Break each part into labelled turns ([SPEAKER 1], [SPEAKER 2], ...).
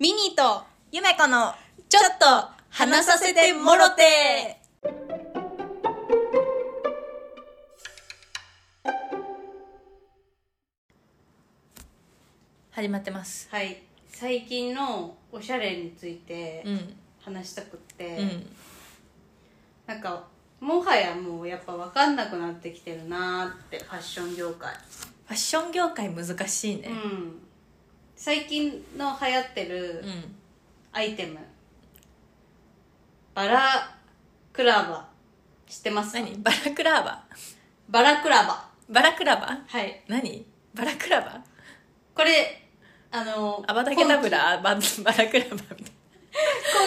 [SPEAKER 1] ミニーと
[SPEAKER 2] ゆめこの
[SPEAKER 1] ちょっと話させてもろて
[SPEAKER 2] 始まってます
[SPEAKER 3] はい最近のおしゃれについて
[SPEAKER 2] うん
[SPEAKER 3] 話したくって、
[SPEAKER 2] うん
[SPEAKER 3] なんかもはやもうやっぱ分かんなくなってきてるなーってファッション業界
[SPEAKER 2] ファッション業界難しいね
[SPEAKER 3] うん最近の流行って
[SPEAKER 2] う
[SPEAKER 3] る
[SPEAKER 2] ん
[SPEAKER 3] アイテム、バラクラバ知ってますか
[SPEAKER 2] 何バラクラーバ
[SPEAKER 3] バラクラバ
[SPEAKER 2] バラクラバ
[SPEAKER 3] はい
[SPEAKER 2] 何バラクラバ
[SPEAKER 3] これあの
[SPEAKER 2] アバタケダブラババラクラバみたいな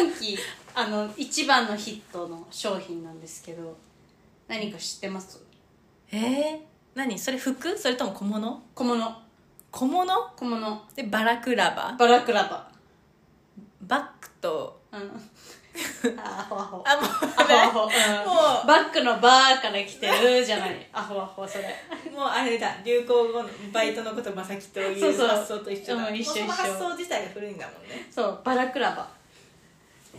[SPEAKER 3] 今期あの一番のヒットの商品なんですけど何か知ってます
[SPEAKER 2] えー、何それ服それとも小物
[SPEAKER 3] 小物
[SPEAKER 2] 小物
[SPEAKER 3] 小物
[SPEAKER 2] でバラクラバ
[SPEAKER 3] バラクラバ
[SPEAKER 2] バッグと
[SPEAKER 3] うん。アホアホ。
[SPEAKER 2] あもう
[SPEAKER 3] アホアホ。
[SPEAKER 2] も
[SPEAKER 3] うん、バックのバーから来てるじゃない。アホアホ、それ。
[SPEAKER 2] もうあれだ流行語のバイトのことまさきとい
[SPEAKER 3] そう
[SPEAKER 2] う
[SPEAKER 3] そう
[SPEAKER 2] 発想と一緒だ
[SPEAKER 3] うん一緒
[SPEAKER 2] もうそ
[SPEAKER 3] 一緒
[SPEAKER 2] の発想自体が古いんだもんね
[SPEAKER 3] そう、バラクラバ。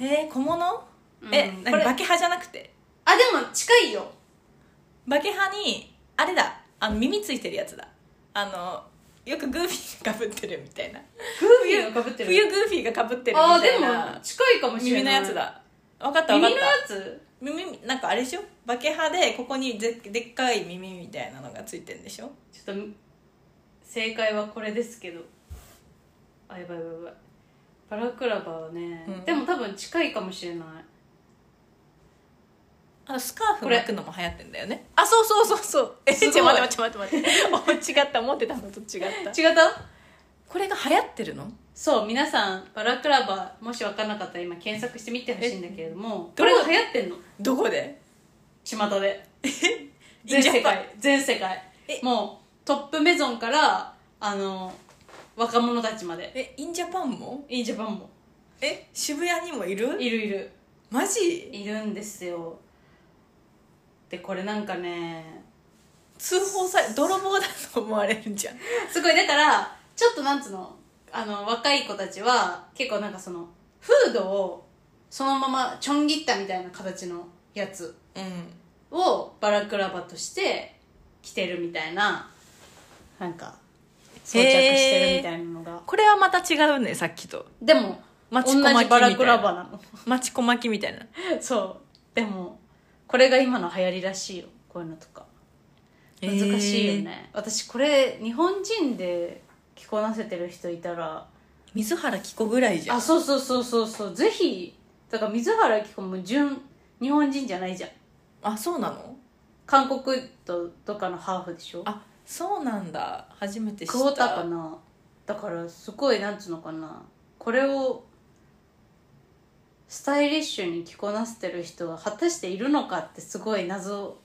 [SPEAKER 2] えー、小物、
[SPEAKER 3] うん
[SPEAKER 2] え何
[SPEAKER 3] これ
[SPEAKER 2] バケハじゃなくて
[SPEAKER 3] あ、でも近いよ。
[SPEAKER 2] バケハにあれだあの耳ついてるやつだあのよくグーフィーがかぶってるみたいな
[SPEAKER 3] グーフィーが被ってる。
[SPEAKER 2] 冬グーフィーがかぶってるみ
[SPEAKER 3] あー、
[SPEAKER 2] た
[SPEAKER 3] で
[SPEAKER 2] い
[SPEAKER 3] も
[SPEAKER 2] な
[SPEAKER 3] 近いかもしれ
[SPEAKER 2] 耳の
[SPEAKER 3] ない。
[SPEAKER 2] やつ。だ分かった分
[SPEAKER 3] 耳
[SPEAKER 2] かっ
[SPEAKER 3] のや
[SPEAKER 2] た
[SPEAKER 3] つ
[SPEAKER 2] 耳なんかあれでしょバケハでここにででっかい耳みたいなのがついてるんでしょ
[SPEAKER 3] ちょっと、正解はこれですけど。あ、やばいやばいやばい。バラクラバはね、
[SPEAKER 2] うん
[SPEAKER 3] でも多分近いかもしれない。
[SPEAKER 2] あのスカーフ
[SPEAKER 3] これ
[SPEAKER 2] 巻くのも流行ってんだよねあそうそうそうそう え
[SPEAKER 3] す
[SPEAKER 2] ち
[SPEAKER 3] ごい
[SPEAKER 2] ょっと待って待って待って待 ってお違った思ってたのと違った
[SPEAKER 3] 違った
[SPEAKER 2] これが流行ってるの
[SPEAKER 3] そう皆さんバラクラバもし分からなかったら今検索してみてほしいんだけれども
[SPEAKER 2] え
[SPEAKER 3] これが流行ってんの
[SPEAKER 2] どこで
[SPEAKER 3] 巷で
[SPEAKER 2] イン
[SPEAKER 3] 全
[SPEAKER 2] ジャ
[SPEAKER 3] 世
[SPEAKER 2] パン
[SPEAKER 3] 界全世界
[SPEAKER 2] え
[SPEAKER 3] もうトップメゾンからあの若者たちまで
[SPEAKER 2] えインジャパンも
[SPEAKER 3] いいジャパンも
[SPEAKER 2] え渋谷にもいる
[SPEAKER 3] いるいる
[SPEAKER 2] マジ
[SPEAKER 3] いるんですよでこれなんかね
[SPEAKER 2] 通報され泥棒だと思われるんじゃん
[SPEAKER 3] すごいだからちょっとなんつうのあの若い子たちは結構なんかそのフードをそのままちょん切ったみたいな形のやつ
[SPEAKER 2] うん
[SPEAKER 3] をバラクラバとして着てるみたいななんか装着してるみたいなのが
[SPEAKER 2] これはまた違うねさっきと
[SPEAKER 3] でも
[SPEAKER 2] マ
[SPEAKER 3] 同
[SPEAKER 2] チコ巻きみたい
[SPEAKER 3] じ
[SPEAKER 2] な
[SPEAKER 3] バラクラバな の
[SPEAKER 2] マチコ巻きみたいな
[SPEAKER 3] そうでもこれが今の流行りらしいよこういうのとか難しいよね、私これ日本人で着こなせてる人いたら
[SPEAKER 2] 水原希子ぐらいじゃん
[SPEAKER 3] あそうそうそうそうそうぜひだから水原希子も純日本人じゃないじゃん
[SPEAKER 2] あそうなの
[SPEAKER 3] 韓国ととかのハーフでしょ
[SPEAKER 2] あそうなんだ初めて知った
[SPEAKER 3] クォーターかなだからすごいなんつうのかなこれをスタイリッシュに着こなせてる人が果たしているのかってすごい謎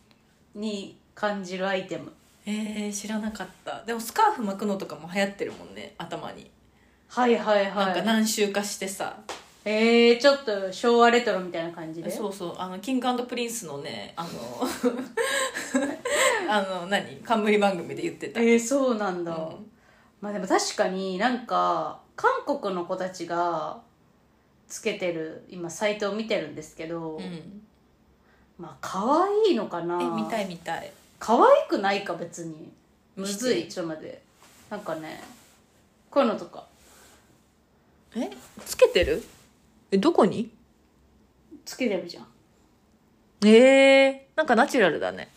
[SPEAKER 3] に感じるアイテム
[SPEAKER 2] えー、知らなかったでもスカーフ巻くのとかも流行ってるもんね頭に、
[SPEAKER 3] はいはい
[SPEAKER 2] なん
[SPEAKER 3] は
[SPEAKER 2] か
[SPEAKER 3] い
[SPEAKER 2] 何周かしてさ
[SPEAKER 3] えー、ちょっと昭和レトロみたいな感じで
[SPEAKER 2] そうそうあのキングプリンスのねあの あの何冠番組で言ってた、
[SPEAKER 3] えー、そうなんだ、
[SPEAKER 2] うん
[SPEAKER 3] まあでも確かになんか韓国の子たちがつけてる今サイトを見てるんですけど、
[SPEAKER 2] うん、
[SPEAKER 3] まあ可愛いのかな
[SPEAKER 2] え見たい見たい
[SPEAKER 3] 可愛くないか別にむ
[SPEAKER 2] 見て
[SPEAKER 3] ずいちょっと待ってなんかねこういうのとか
[SPEAKER 2] えつけてるえどこに
[SPEAKER 3] つけてるじゃん
[SPEAKER 2] ええなんかナチュラルだ ね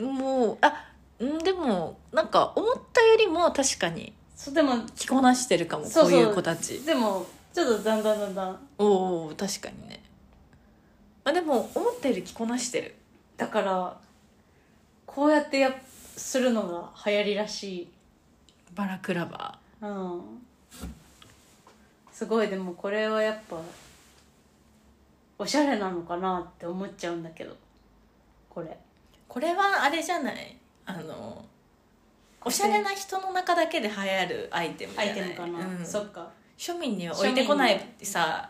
[SPEAKER 2] もうあんでもなんか思ったよりも確かに
[SPEAKER 3] そうでも
[SPEAKER 2] 着こなしてるかも
[SPEAKER 3] そうそう
[SPEAKER 2] こういう子たち
[SPEAKER 3] でもちょっとだんだんだんだん
[SPEAKER 2] おうおう確かにねあでも思ったより着こなしてる
[SPEAKER 3] だからこうやってやっするのが流行りらしい
[SPEAKER 2] バラクラバ
[SPEAKER 3] うんすごいでもこれはやっぱおしゃれなのかなって思っちゃうんだけどこれ
[SPEAKER 2] ーこれはあれじゃないあのおしゃれな人の中だけで流行るアイテムじゃ
[SPEAKER 3] ア
[SPEAKER 2] ない
[SPEAKER 3] イテムかな、
[SPEAKER 2] うん
[SPEAKER 3] そっかは
[SPEAKER 2] 庶民には置いてこな
[SPEAKER 3] 庶
[SPEAKER 2] い
[SPEAKER 3] 民に
[SPEAKER 2] さ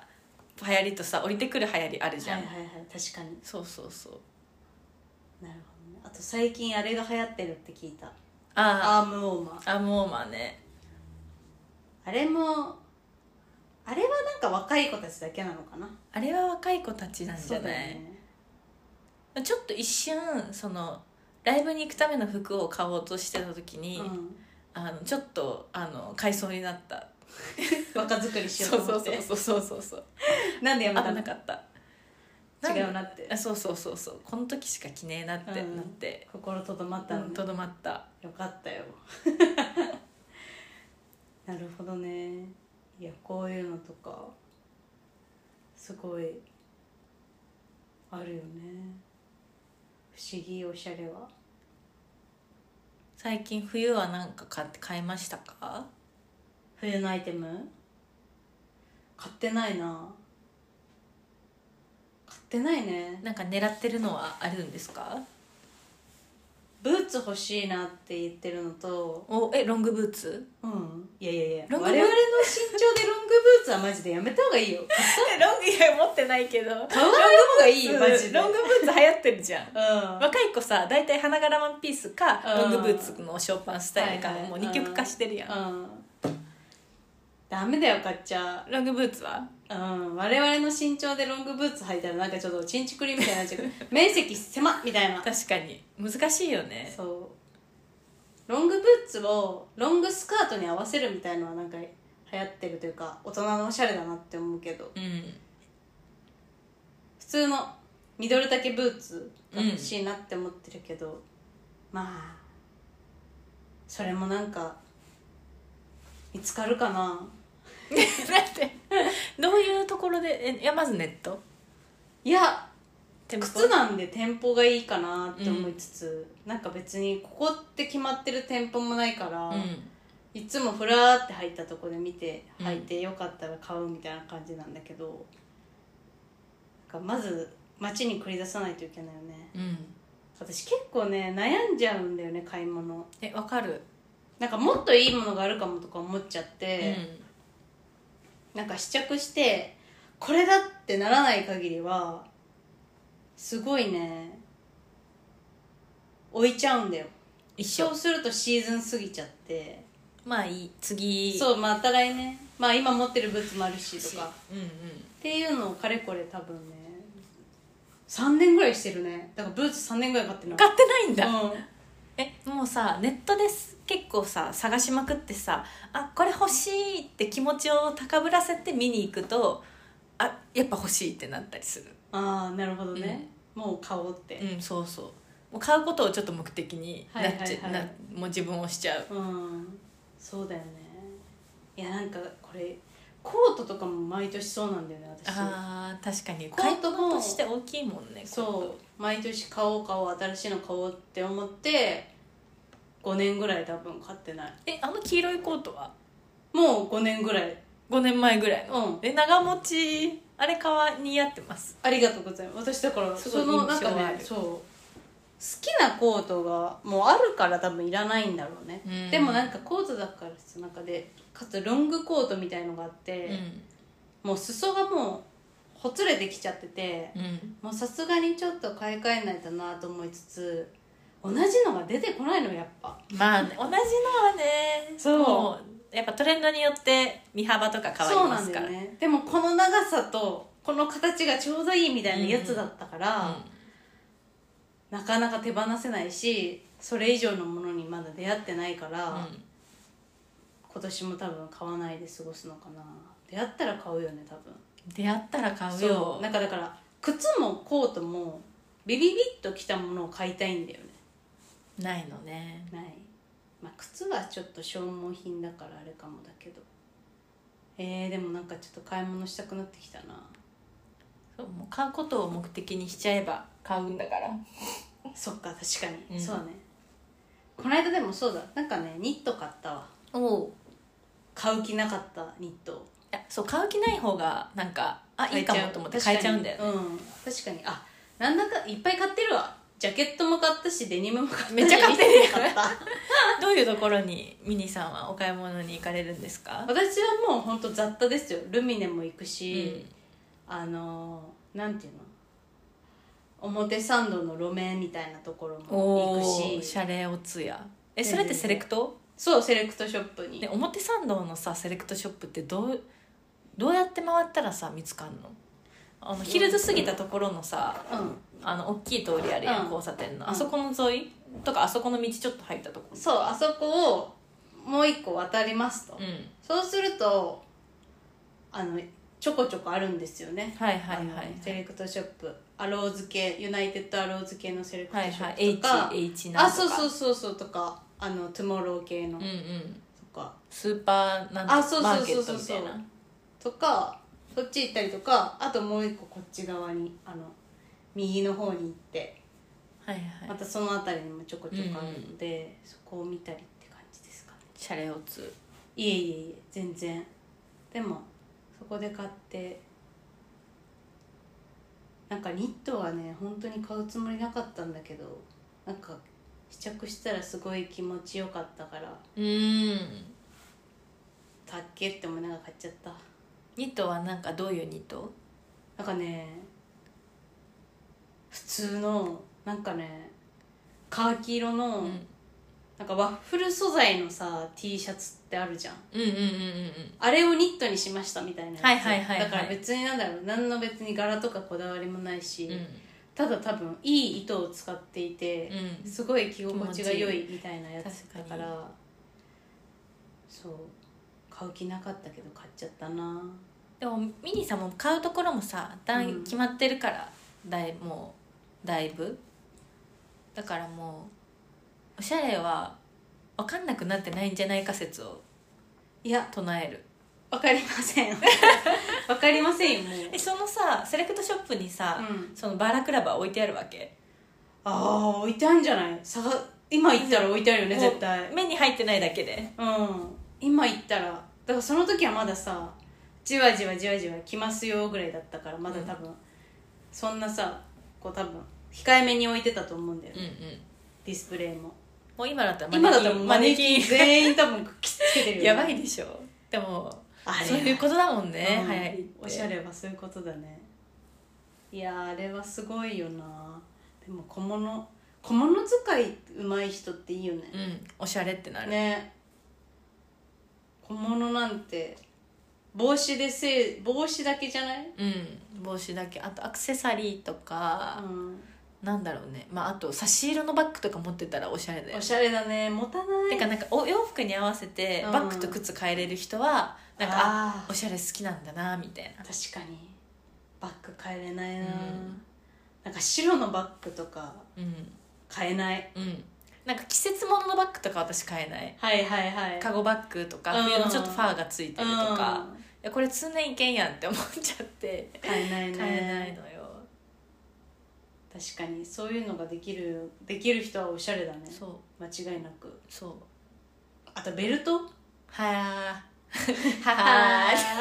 [SPEAKER 2] 流行りとさ降りてくる流行りある
[SPEAKER 3] い
[SPEAKER 2] じ
[SPEAKER 3] は
[SPEAKER 2] ゃん、
[SPEAKER 3] いはい確かに
[SPEAKER 2] そうそうそう
[SPEAKER 3] なるほどねあと最近あれが流行ってるって聞いた
[SPEAKER 2] あ
[SPEAKER 3] アームウォーマー
[SPEAKER 2] ああもうまあね
[SPEAKER 3] あれもあれはなんか若い子たちだけなのかな
[SPEAKER 2] あれは若い子たちなんじゃ
[SPEAKER 3] そうだ
[SPEAKER 2] な
[SPEAKER 3] よ
[SPEAKER 2] い、
[SPEAKER 3] ね
[SPEAKER 2] ちょっと一瞬そのライブに行くための服を買おうとしてた時に、
[SPEAKER 3] うん
[SPEAKER 2] あのちょっとあの買いそうになった
[SPEAKER 3] 若作りしようと思って
[SPEAKER 2] そうそうそうそうそう
[SPEAKER 3] なんでや
[SPEAKER 2] 危
[SPEAKER 3] めたの
[SPEAKER 2] なかった
[SPEAKER 3] 違
[SPEAKER 2] な
[SPEAKER 3] うんなって
[SPEAKER 2] あそうそうそうそうこの時しか着ねえなってな
[SPEAKER 3] うん
[SPEAKER 2] って
[SPEAKER 3] 心とどまった
[SPEAKER 2] う
[SPEAKER 3] の
[SPEAKER 2] ん
[SPEAKER 3] ね
[SPEAKER 2] とど、まった
[SPEAKER 3] よかったよ なるほどねいやこういうのとかすごいあるよね不思議おしゃれは
[SPEAKER 2] 最近冬は何か買って買いましたか
[SPEAKER 3] 冬のアイテム買ってないな買ってないね
[SPEAKER 2] なんか狙ってるのはあるんですか
[SPEAKER 3] ブーツ欲しいなって言ってるのと
[SPEAKER 2] おえロングブーツ
[SPEAKER 3] うんいやいやいや
[SPEAKER 2] ロ
[SPEAKER 3] 我
[SPEAKER 2] ング
[SPEAKER 3] 々の
[SPEAKER 2] ブーツ
[SPEAKER 3] 身長でロングブーツはマジでやめた方がいいよ
[SPEAKER 2] え ロングいや持ってないけど
[SPEAKER 3] 買わない方がいいよマジで
[SPEAKER 2] ロングブーツ流行ってるじゃん
[SPEAKER 3] うん
[SPEAKER 2] 若い子さ大体花柄ワンピースか
[SPEAKER 3] う
[SPEAKER 2] ロ
[SPEAKER 3] ん
[SPEAKER 2] ングブーツのショーパンスタイルか
[SPEAKER 3] はいはい
[SPEAKER 2] もう二極化してるやん
[SPEAKER 3] うんダメだよ買っちゃ
[SPEAKER 2] ロングブーツは
[SPEAKER 3] う、うん、我々の身長でロングブーツ履いたらなんかちょっとチンチクリみたいになっちゃう面積狭っみたいな
[SPEAKER 2] 確かに難しいよね
[SPEAKER 3] そうロングブーツをロングスカートに合わせるみたいのはなんか流行ってるというか大人のおしゃれだなって思うけど
[SPEAKER 2] うん
[SPEAKER 3] 普通のミドル丈ブーツが欲しいなって思ってるけど、まあそれもなんか見つかるかな
[SPEAKER 2] だってどういうところでえいやまずネット
[SPEAKER 3] いや
[SPEAKER 2] 店舗
[SPEAKER 3] 靴なんで店舗がいいかなって思いつつ、なんか別にここって決まってる店舗もないから、
[SPEAKER 2] うん
[SPEAKER 3] いつもふらーって入ったとこで見て履いてよかったら買うみたいな感じなんだけど、なんかまず街に繰り出さないといけないよね
[SPEAKER 2] うん
[SPEAKER 3] 私結構ね悩んじゃうんだよね買い物
[SPEAKER 2] えわかる
[SPEAKER 3] なんかもっといいものがあるかもとか思っちゃっ
[SPEAKER 2] う
[SPEAKER 3] て、
[SPEAKER 2] ん
[SPEAKER 3] なんか試着してこれだってならない限りはすごいね置いちゃうんだよ
[SPEAKER 2] 一
[SPEAKER 3] そ
[SPEAKER 2] 生
[SPEAKER 3] うするとシーズン過ぎちゃって
[SPEAKER 2] まあいい次
[SPEAKER 3] そうまた来年まあ今持ってるブーツもあるしとか
[SPEAKER 2] うんうん
[SPEAKER 3] っていうのをかれこれ多分ね3年ぐらいしてるねだからブーツ3年ぐらい買ってない
[SPEAKER 2] 買ってないんだ
[SPEAKER 3] うん
[SPEAKER 2] えもうさネットです結構さ探しまくってさあこれ欲しいって気持ちを高ぶらせて見に行くとあやっぱ欲しいってなったりする
[SPEAKER 3] ああなるほどね、もう買おうって
[SPEAKER 2] うんそうそうもう買うことをちょっと目的になっちゃ
[SPEAKER 3] はいはいはい
[SPEAKER 2] なもう自分をしちゃう
[SPEAKER 3] うんそうだよねいやなんかこれコートとかも毎年そうなんだよね私
[SPEAKER 2] あー確かに
[SPEAKER 3] コー
[SPEAKER 2] 買い
[SPEAKER 3] トも
[SPEAKER 2] 物として大きいもんね
[SPEAKER 3] そう毎年買おう買おう新しいの買おうって思って5年ぐらい多分買ってない
[SPEAKER 2] えあの黄色いコートは
[SPEAKER 3] もう5年ぐらい
[SPEAKER 2] 5年前ぐらいの、
[SPEAKER 3] うん
[SPEAKER 2] え長持ちあれかわ似合ってます
[SPEAKER 3] ありがとうございます私だから
[SPEAKER 2] すごい
[SPEAKER 3] そのなんか
[SPEAKER 2] 印象あ
[SPEAKER 3] ね
[SPEAKER 2] る
[SPEAKER 3] そう好きなコートがもうあるから多分いらないんだろうね、
[SPEAKER 2] うん
[SPEAKER 3] でもなんかコートだからさなんかでかつロングコートみたいのがあって、もう裾がもうほつれてきちゃってて
[SPEAKER 2] うんうん
[SPEAKER 3] もうさすがにちょっと買い替えないとなと思いつつ同じのが出てこないのやっぱ
[SPEAKER 2] まあね同じのはね
[SPEAKER 3] そう
[SPEAKER 2] もうやっぱトレンドによって身幅とか変わりますから
[SPEAKER 3] そうなんだよねでもこの長さとこの形がちょうどいいみたいなやつだったから、なかなか手放せないしそれ以上のものにまだ出会ってないから、
[SPEAKER 2] うん
[SPEAKER 3] 今年も多分買わないで過ごすのかな出会ったら買うよね多分
[SPEAKER 2] うん出会ったら買う
[SPEAKER 3] そ
[SPEAKER 2] よ
[SPEAKER 3] うなんかだから靴もコートもビビビッときたものを買いたいんだよね
[SPEAKER 2] ないのね
[SPEAKER 3] ない、まあ、靴はちょっと消耗品だからあれかもだけどえー、でもなんかちょっと買い物したくなってきた な
[SPEAKER 2] そうもう買うことを目的にしちゃえば買うんだから
[SPEAKER 3] そっか確かに、
[SPEAKER 2] うん
[SPEAKER 3] そうねこの間でもそうだなんかねニット買ったわ
[SPEAKER 2] お
[SPEAKER 3] 買う気なかったニットを
[SPEAKER 2] そう買う気ない方がなんかあいいかもと思って買えちゃうんだよね、
[SPEAKER 3] ねうん確かにあなんだかいっぱい買ってるわジャケットも買ったしデニムも買ったし
[SPEAKER 2] めっちゃ買ってる
[SPEAKER 3] ニットも買った
[SPEAKER 2] どういうところにミニさんはお買い物に行かれるんですか、
[SPEAKER 3] 私はもうほんと雑多ですよルミネも行く
[SPEAKER 2] う
[SPEAKER 3] し、あのーなんていうの表参道の路面みたいなところも
[SPEAKER 2] お
[SPEAKER 3] 行
[SPEAKER 2] ー
[SPEAKER 3] く
[SPEAKER 2] シ
[SPEAKER 3] し
[SPEAKER 2] ャレオツやえそれってセレクト
[SPEAKER 3] そうセレクトショップに、
[SPEAKER 2] で表参道のさセレクトショップってどうどうやって回ったらさ見つかんのあのヒルズ過ぎたところのさ
[SPEAKER 3] う
[SPEAKER 2] あの大きい通りあるやん、
[SPEAKER 3] うん
[SPEAKER 2] 交差点の
[SPEAKER 3] うん
[SPEAKER 2] あそこの沿いとかあそこの道ちょっと入ったとこ
[SPEAKER 3] ん、そうあそこをもう一個渡りますと、
[SPEAKER 2] ろうん
[SPEAKER 3] そうするとあのちょこちょこあるんですよね
[SPEAKER 2] はいはいはい
[SPEAKER 3] あのセレクトショップアローズ系ユナイテッドアローズ系のセレクト
[SPEAKER 2] はい
[SPEAKER 3] ショ
[SPEAKER 2] は
[SPEAKER 3] ッ
[SPEAKER 2] い
[SPEAKER 3] プとか、
[SPEAKER 2] HH なんとか
[SPEAKER 3] あそうそうそうそうとかあのトゥモロー系の
[SPEAKER 2] うんう
[SPEAKER 3] と
[SPEAKER 2] ん
[SPEAKER 3] か、
[SPEAKER 2] スーパーなんとか
[SPEAKER 3] あそう
[SPEAKER 2] マ
[SPEAKER 3] そう
[SPEAKER 2] ーケ
[SPEAKER 3] そう
[SPEAKER 2] ット
[SPEAKER 3] そう
[SPEAKER 2] みたいな
[SPEAKER 3] とかそっち行ったりとかあともう一個こっち側にあの右の方に行って
[SPEAKER 2] はいは
[SPEAKER 3] ま
[SPEAKER 2] い
[SPEAKER 3] たその辺りにもちょこちょこあるので、そこを見たりって感じですかね
[SPEAKER 2] シャレオツ
[SPEAKER 3] いえいえいえ全然でもそこで買ってなんかニットはね本当に買うつもりなかったんだけどなんか試着したらすごい気持ちよかったから
[SPEAKER 2] うーん
[SPEAKER 3] たっけって思いながら買っちゃった
[SPEAKER 2] ニットはなんかどういうニット
[SPEAKER 3] なんかね普通のなんかねカーキ色の、
[SPEAKER 2] うん
[SPEAKER 3] なんかワッフル素材のさ T シャツってあるじゃん
[SPEAKER 2] うんうんうんうん
[SPEAKER 3] あれをニットにしましたみたいなやつ
[SPEAKER 2] はいはいはいはい
[SPEAKER 3] だから別になんだろう何の別に柄とかこだわりもないし、
[SPEAKER 2] うん
[SPEAKER 3] ただ多分いい糸を使っていて
[SPEAKER 2] う、ん
[SPEAKER 3] すごい着心地が良いみたいなやつだ
[SPEAKER 2] 確
[SPEAKER 3] か
[SPEAKER 2] からに
[SPEAKER 3] そう買う気なかったけど買っちゃったな
[SPEAKER 2] でもミニーさんも買うところもさだい
[SPEAKER 3] うん
[SPEAKER 2] 決まってるから、だいもうだいぶだからもうおしゃれは分かんなくなってないんじゃないか説を
[SPEAKER 3] いや
[SPEAKER 2] 唱える
[SPEAKER 3] わかりま せんわかりませんよもう、
[SPEAKER 2] えそのさセレクトショップにさ、
[SPEAKER 3] うん、
[SPEAKER 2] そのバラクラバー置いてあるわけ
[SPEAKER 3] ああ置いてあるんじゃない探今行ったら置いてあるよね
[SPEAKER 2] もう
[SPEAKER 3] 絶対
[SPEAKER 2] 目に入ってないだけで
[SPEAKER 3] うん今行ったらだからその時はまださじわじわじわじわ来ますよぐらいだったからまだ多分、そんなさこう多分控えめに置いてたと思うんだよ
[SPEAKER 2] う
[SPEAKER 3] ね、
[SPEAKER 2] んうん
[SPEAKER 3] ディスプレイも
[SPEAKER 2] もう今だったら
[SPEAKER 3] 今だったらもうマネ
[SPEAKER 2] マネ
[SPEAKER 3] キン全員多分くっつけてるよ、
[SPEAKER 2] キン やばいでしょでも
[SPEAKER 3] あれ
[SPEAKER 2] そういうことだもんね、
[SPEAKER 3] うん
[SPEAKER 2] 流行りって
[SPEAKER 3] おしゃれはそういうことだねいやーあれはすごいよなでも小物小物使いうまい人っていいよね、
[SPEAKER 2] うんおしゃれってなる、
[SPEAKER 3] ね小物なんて帽子でせい帽子だけじゃない、
[SPEAKER 2] うん帽子だけあとアクセサリーとか、
[SPEAKER 3] うん、
[SPEAKER 2] なんだろうね、まあ、あと差し色のバッグとか持ってたらおしゃれだよ
[SPEAKER 3] おしゃれだね持たない
[SPEAKER 2] てかなんかお洋服に合わせて
[SPEAKER 3] うん
[SPEAKER 2] バッグと靴変えれる人はなんか、あ
[SPEAKER 3] あ
[SPEAKER 2] おしゃれ好きなんだなみたいな
[SPEAKER 3] ー確かにバッグ買えれないな、
[SPEAKER 2] うん
[SPEAKER 3] なんか白のバッグとか
[SPEAKER 2] うん
[SPEAKER 3] 買えない
[SPEAKER 2] うんなんか季節物のバッグとか私買えない
[SPEAKER 3] はいはいはい
[SPEAKER 2] カゴバッグとか
[SPEAKER 3] うん
[SPEAKER 2] 冬のちょっとファーがついてるとか、い
[SPEAKER 3] うん
[SPEAKER 2] やこれ通年いけんやんって思っちゃって
[SPEAKER 3] 買えないね
[SPEAKER 2] 買えないのよ
[SPEAKER 3] 確かにそういうのができるできる人はおしゃれだね
[SPEAKER 2] そう
[SPEAKER 3] 間違いなく
[SPEAKER 2] そう
[SPEAKER 3] あとベルト
[SPEAKER 2] は ーはー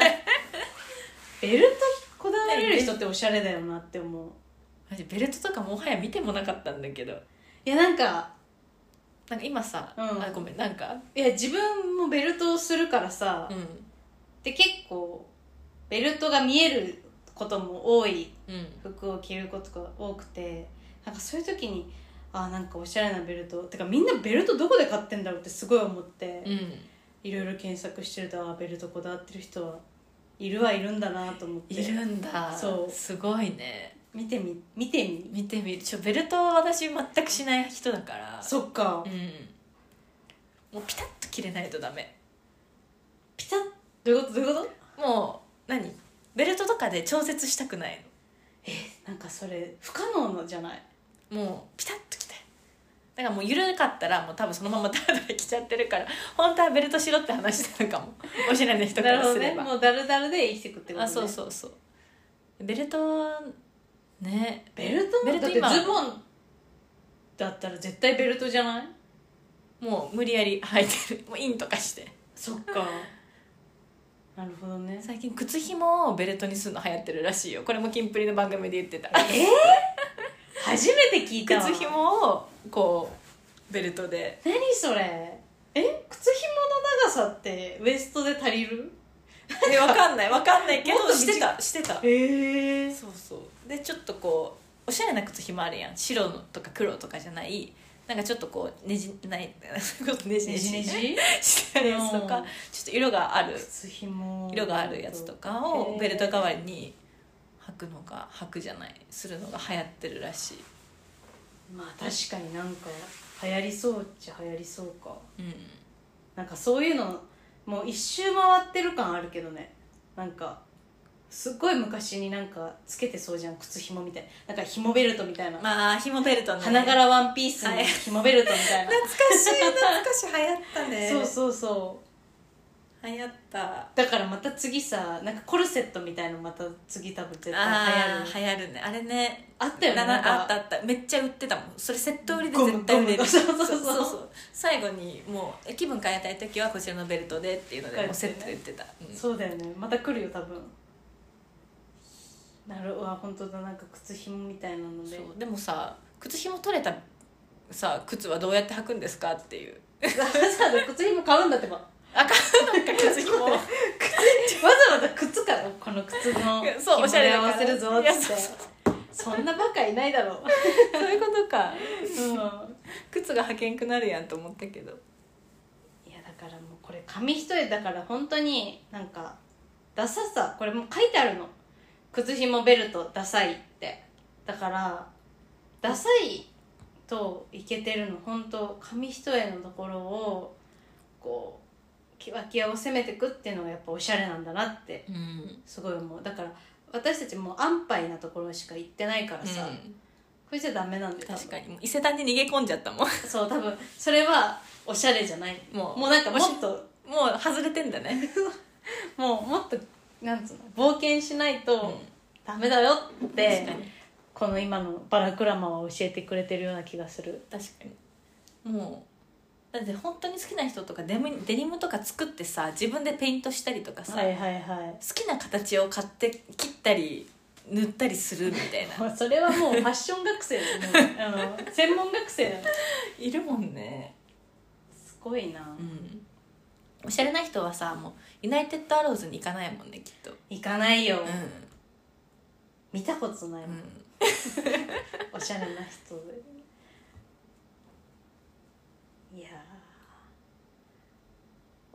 [SPEAKER 3] ベルトこだわれる人っておしゃれだよなって思う
[SPEAKER 2] マジベルトとかもはや見てもなかったんだけど
[SPEAKER 3] いやなんか
[SPEAKER 2] なんか今さ、
[SPEAKER 3] うん
[SPEAKER 2] あごめんなんか
[SPEAKER 3] いや自分もベルトをするからさ、
[SPEAKER 2] う
[SPEAKER 3] で結構ベルトが見えることも多い
[SPEAKER 2] んうん
[SPEAKER 3] 服を着ることが多くてなんかそういう時にあーなんかおしゃれなベルトてかみんなベルトどこで買ってんだろうってすごい思って、
[SPEAKER 2] うん
[SPEAKER 3] いろいろ検索してるとあーベルトこだわってる人はいるはいるんだなと思って
[SPEAKER 2] いるんだ
[SPEAKER 3] そう
[SPEAKER 2] すごいね
[SPEAKER 3] 見てみ見てみ
[SPEAKER 2] 見てみるちょベルトは私全くしない人だから
[SPEAKER 3] そっか、
[SPEAKER 2] うんもうピタッと切れないとダメ
[SPEAKER 3] ピタッどういうことどういうこと
[SPEAKER 2] もう何ベルトとかで調節したくない
[SPEAKER 3] なんかそれ不可能のじゃない
[SPEAKER 2] のもうピタッときたいだからもう緩かったらもう多分そのままダラダラ着ちゃってるから本当はベルトしろって話したのかもおしゃれな人か
[SPEAKER 3] なる
[SPEAKER 2] ら
[SPEAKER 3] ほど
[SPEAKER 2] す
[SPEAKER 3] ね
[SPEAKER 2] れば、
[SPEAKER 3] もうダルダルで生きてくってこと、ね、
[SPEAKER 2] あそうそうそうベルトね
[SPEAKER 3] ベルト
[SPEAKER 2] ベルト
[SPEAKER 3] だって
[SPEAKER 2] 今
[SPEAKER 3] ズボンだったら絶対ベルトじゃない
[SPEAKER 2] もう無理やり履いてるもう インとかして
[SPEAKER 3] そっか なるほどね
[SPEAKER 2] 最近靴ひもをベルトにするの流行ってるらしいよこれもキンプリの番組で言ってた
[SPEAKER 3] えー、初めて聞いたわ
[SPEAKER 2] 靴ひもをこうベルトで
[SPEAKER 3] 何それえ靴ひもの長さってウエストで足りる
[SPEAKER 2] えわかんないわかんないけ
[SPEAKER 3] もっ
[SPEAKER 2] ど
[SPEAKER 3] と短
[SPEAKER 2] し
[SPEAKER 3] い
[SPEAKER 2] てたしてた
[SPEAKER 3] え
[SPEAKER 2] そうそうでちょっとこうおしゃれな靴ひもあるやん白のとか黒とかじゃないなんかちょっとこうねじない ねじね
[SPEAKER 3] ねじ
[SPEAKER 2] じ
[SPEAKER 3] ねじ
[SPEAKER 2] したやつと
[SPEAKER 3] う
[SPEAKER 2] か
[SPEAKER 3] ん
[SPEAKER 2] ちょっと色がある
[SPEAKER 3] 靴ひも
[SPEAKER 2] 色があるやつとかを
[SPEAKER 3] へー
[SPEAKER 2] ベルト代わりに履くのが履くじゃないするのが流行ってるらしい、
[SPEAKER 3] まあ確かになんか流行りそうっちゃ流行りそうか
[SPEAKER 2] うん、
[SPEAKER 3] なんかそういうのもう一周回ってる感あるけどねなんかすっごい昔になんかつけてそうじゃん靴ひもみたいなんかひもベルトみたいな、
[SPEAKER 2] まあ紐ベルトね
[SPEAKER 3] 花柄ワンピースのひもベルトみ たいな、
[SPEAKER 2] 懐かしい懐かしい流行ったね
[SPEAKER 3] そうそうそう
[SPEAKER 2] 流行った
[SPEAKER 3] だからまた次さなんかコルセットみたいのまた次多分絶対流行
[SPEAKER 2] あ
[SPEAKER 3] る
[SPEAKER 2] あ流行るねあれね
[SPEAKER 3] あったよね
[SPEAKER 2] な
[SPEAKER 3] なん
[SPEAKER 2] な
[SPEAKER 3] か
[SPEAKER 2] あったあっためっちゃ売ってたもんそれセット売りで絶対売れ
[SPEAKER 3] ゴ
[SPEAKER 2] る
[SPEAKER 3] ムゴムのそうそうそう
[SPEAKER 2] 最後にもう気分変えたい時はこちらのベルトでっていうのでもうセ
[SPEAKER 3] そうです
[SPEAKER 2] ッ
[SPEAKER 3] ね
[SPEAKER 2] トで売ってた、うん
[SPEAKER 3] そうだよねまた来るよ多分なるうわ本当だなんか靴ひもみたいなので
[SPEAKER 2] そうでもさ靴ひも取れたさ靴はどうやって履くんですかっていう
[SPEAKER 3] わざわざ靴ひも買うんだってばわ
[SPEAKER 2] あかんなんか靴ひ も
[SPEAKER 3] ざわざ靴からこの靴の
[SPEAKER 2] いやそうおしゃれ
[SPEAKER 3] で合
[SPEAKER 2] だから
[SPEAKER 3] わせるぞっ
[SPEAKER 2] いや
[SPEAKER 3] つ
[SPEAKER 2] そ
[SPEAKER 3] っ
[SPEAKER 2] う
[SPEAKER 3] てそんなバカいないだろう、
[SPEAKER 2] そういうことか
[SPEAKER 3] うん、い
[SPEAKER 2] 靴が履けんくなるやんと思ったけど
[SPEAKER 3] やだからもうこれ紙一重だから本当になんかダサさこれもう書いてあるの靴ひもベルトダサいってだからダサいといけてるの本当紙一重のところをこうキワキワを攻めてくっていうのがやっぱおしゃれなんだなって
[SPEAKER 2] うん
[SPEAKER 3] すごい思うだから私たちもう安牌なところしか行ってないからさ、これじゃダメなんだよ
[SPEAKER 2] 確かにもう伊勢丹に逃げ込んじゃったも
[SPEAKER 3] 多
[SPEAKER 2] ん
[SPEAKER 3] 分 そう多分それはおしゃれじゃない
[SPEAKER 2] もう
[SPEAKER 3] もうなんかも
[SPEAKER 2] おし
[SPEAKER 3] っと
[SPEAKER 2] もう外れてんだね、
[SPEAKER 3] もうもっとなんつうの冒険しないと
[SPEAKER 2] う
[SPEAKER 3] ダメだよっ
[SPEAKER 2] ん、
[SPEAKER 3] て、
[SPEAKER 2] 確かに
[SPEAKER 3] この今のバラクラマは教えてくれてるような気がする
[SPEAKER 2] 確かにもうだって本当に好きな人とかデムデニムとか作ってさ自分でペイントしたりとかさ、
[SPEAKER 3] はいはいはい
[SPEAKER 2] 好きな形を買って切ったり塗ったりするみたいな
[SPEAKER 3] まあそれはもうファッション学生ですねあの専門学生だね
[SPEAKER 2] いるもんね
[SPEAKER 3] すごいな
[SPEAKER 2] うんおしゃれな人はさもうユナイテッドアローズに行かないもんねきっと
[SPEAKER 3] 行かないよ、
[SPEAKER 2] う
[SPEAKER 3] 見たことないもん
[SPEAKER 2] ん、うん、
[SPEAKER 3] おしゃれな人でいやー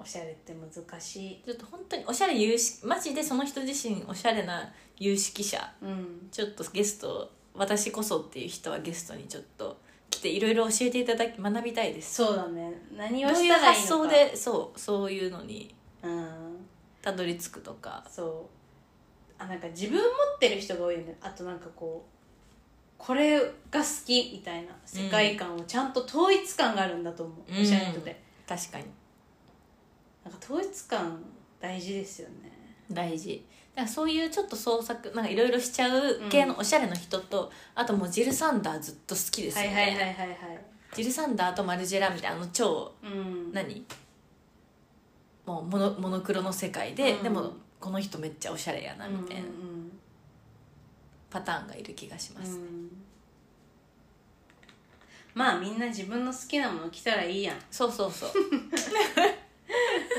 [SPEAKER 3] おしゃれって難しい
[SPEAKER 2] ちょっと本当におしゃれ有識マジでその人自身おしゃれな有識者
[SPEAKER 3] うん
[SPEAKER 2] ちょっとゲスト私こそっていう人はゲストにちょっと来ていろいろ教えていただき学びたいです
[SPEAKER 3] そうだね何
[SPEAKER 2] ど
[SPEAKER 3] を
[SPEAKER 2] う
[SPEAKER 3] し
[SPEAKER 2] いう
[SPEAKER 3] たらいいのか
[SPEAKER 2] 発想でそうそういうのに
[SPEAKER 3] うん
[SPEAKER 2] たどり着くとか
[SPEAKER 3] そうあなんか自分持ってる人が多いよねあとなんかこうこれが好きみたいな世界観をちゃんと統一感があるんだと思う、
[SPEAKER 2] うん
[SPEAKER 3] おしゃれな人で
[SPEAKER 2] 確かに
[SPEAKER 3] なんか統一感大事ですよね
[SPEAKER 2] 大事だからそういうちょっと創作なんかいろいろしちゃう系のおしゃれの人と、あともうジル・サンダーずっと好きです
[SPEAKER 3] は
[SPEAKER 2] よ
[SPEAKER 3] い
[SPEAKER 2] ね、
[SPEAKER 3] はいはいはいはい
[SPEAKER 2] ジル・サンダーとマルジェラみたいなあの超
[SPEAKER 3] うん
[SPEAKER 2] 何もうモノモノクロの世界で、
[SPEAKER 3] うん
[SPEAKER 2] でもこの人めっちゃおしゃれやなみたいな
[SPEAKER 3] うんうんうん
[SPEAKER 2] パターンがいる気がします、
[SPEAKER 3] うんまあみんな自分の好きなもの着たら いいやん
[SPEAKER 2] そうそうそう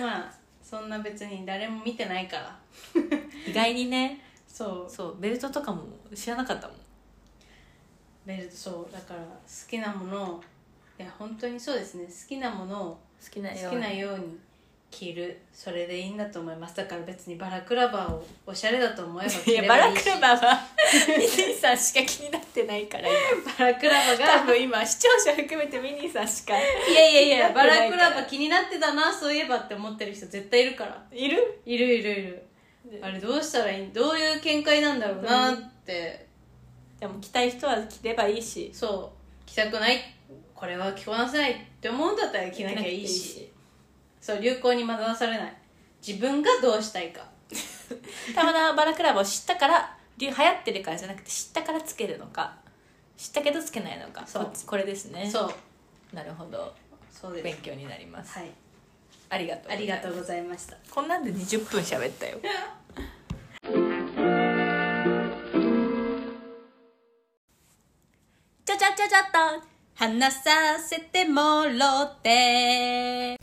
[SPEAKER 3] まあそんな別に誰も見てないから
[SPEAKER 2] 意外にね
[SPEAKER 3] そう
[SPEAKER 2] そうベルトとかも知らなかったもん
[SPEAKER 3] ベルトそうだから好きなものをいや本当にそうですね好きなものを
[SPEAKER 2] 好きな
[SPEAKER 3] 好きなように着るそれでいいんだと思いますだから別にバラクラバーをおしゃれだと思えば
[SPEAKER 2] い
[SPEAKER 3] 着
[SPEAKER 2] や
[SPEAKER 3] れ
[SPEAKER 2] バ
[SPEAKER 3] ば
[SPEAKER 2] ラ
[SPEAKER 3] いい
[SPEAKER 2] ク
[SPEAKER 3] し
[SPEAKER 2] ラバーはミニーさんしか気になってないから今
[SPEAKER 3] バラクラバ
[SPEAKER 2] 多
[SPEAKER 3] が
[SPEAKER 2] 分今視聴者含めてミニーさんしか
[SPEAKER 3] いやいやいや
[SPEAKER 2] 気に
[SPEAKER 3] バ
[SPEAKER 2] な
[SPEAKER 3] ラ
[SPEAKER 2] ってない
[SPEAKER 3] ク
[SPEAKER 2] から
[SPEAKER 3] ラバ気になってたなそういえばって思ってる人絶対いるから
[SPEAKER 2] いる
[SPEAKER 3] いるいるいる
[SPEAKER 2] で
[SPEAKER 3] あれどうしたらいいどういう見解なんだろうなって
[SPEAKER 2] でも着たい人は着ればいいし
[SPEAKER 3] そう着たくないこれは着こなせないって思うんだったら着なきゃいいしそう流行に惑わされない自分がどうしたいか
[SPEAKER 2] たまたまバラクラバーを知ったから流流行ってるからじゃなくて知ったからつけるのか知ったけどつけないのか
[SPEAKER 3] そう
[SPEAKER 2] こっちこれですね
[SPEAKER 3] そう
[SPEAKER 2] なるほど
[SPEAKER 3] そうで
[SPEAKER 2] 勉
[SPEAKER 3] す
[SPEAKER 2] 強になります
[SPEAKER 3] はい
[SPEAKER 2] ありがとう
[SPEAKER 3] ありがとうございました
[SPEAKER 2] こんなんで20分喋ったよ
[SPEAKER 1] ちょちょちょちょっと話させてもろて。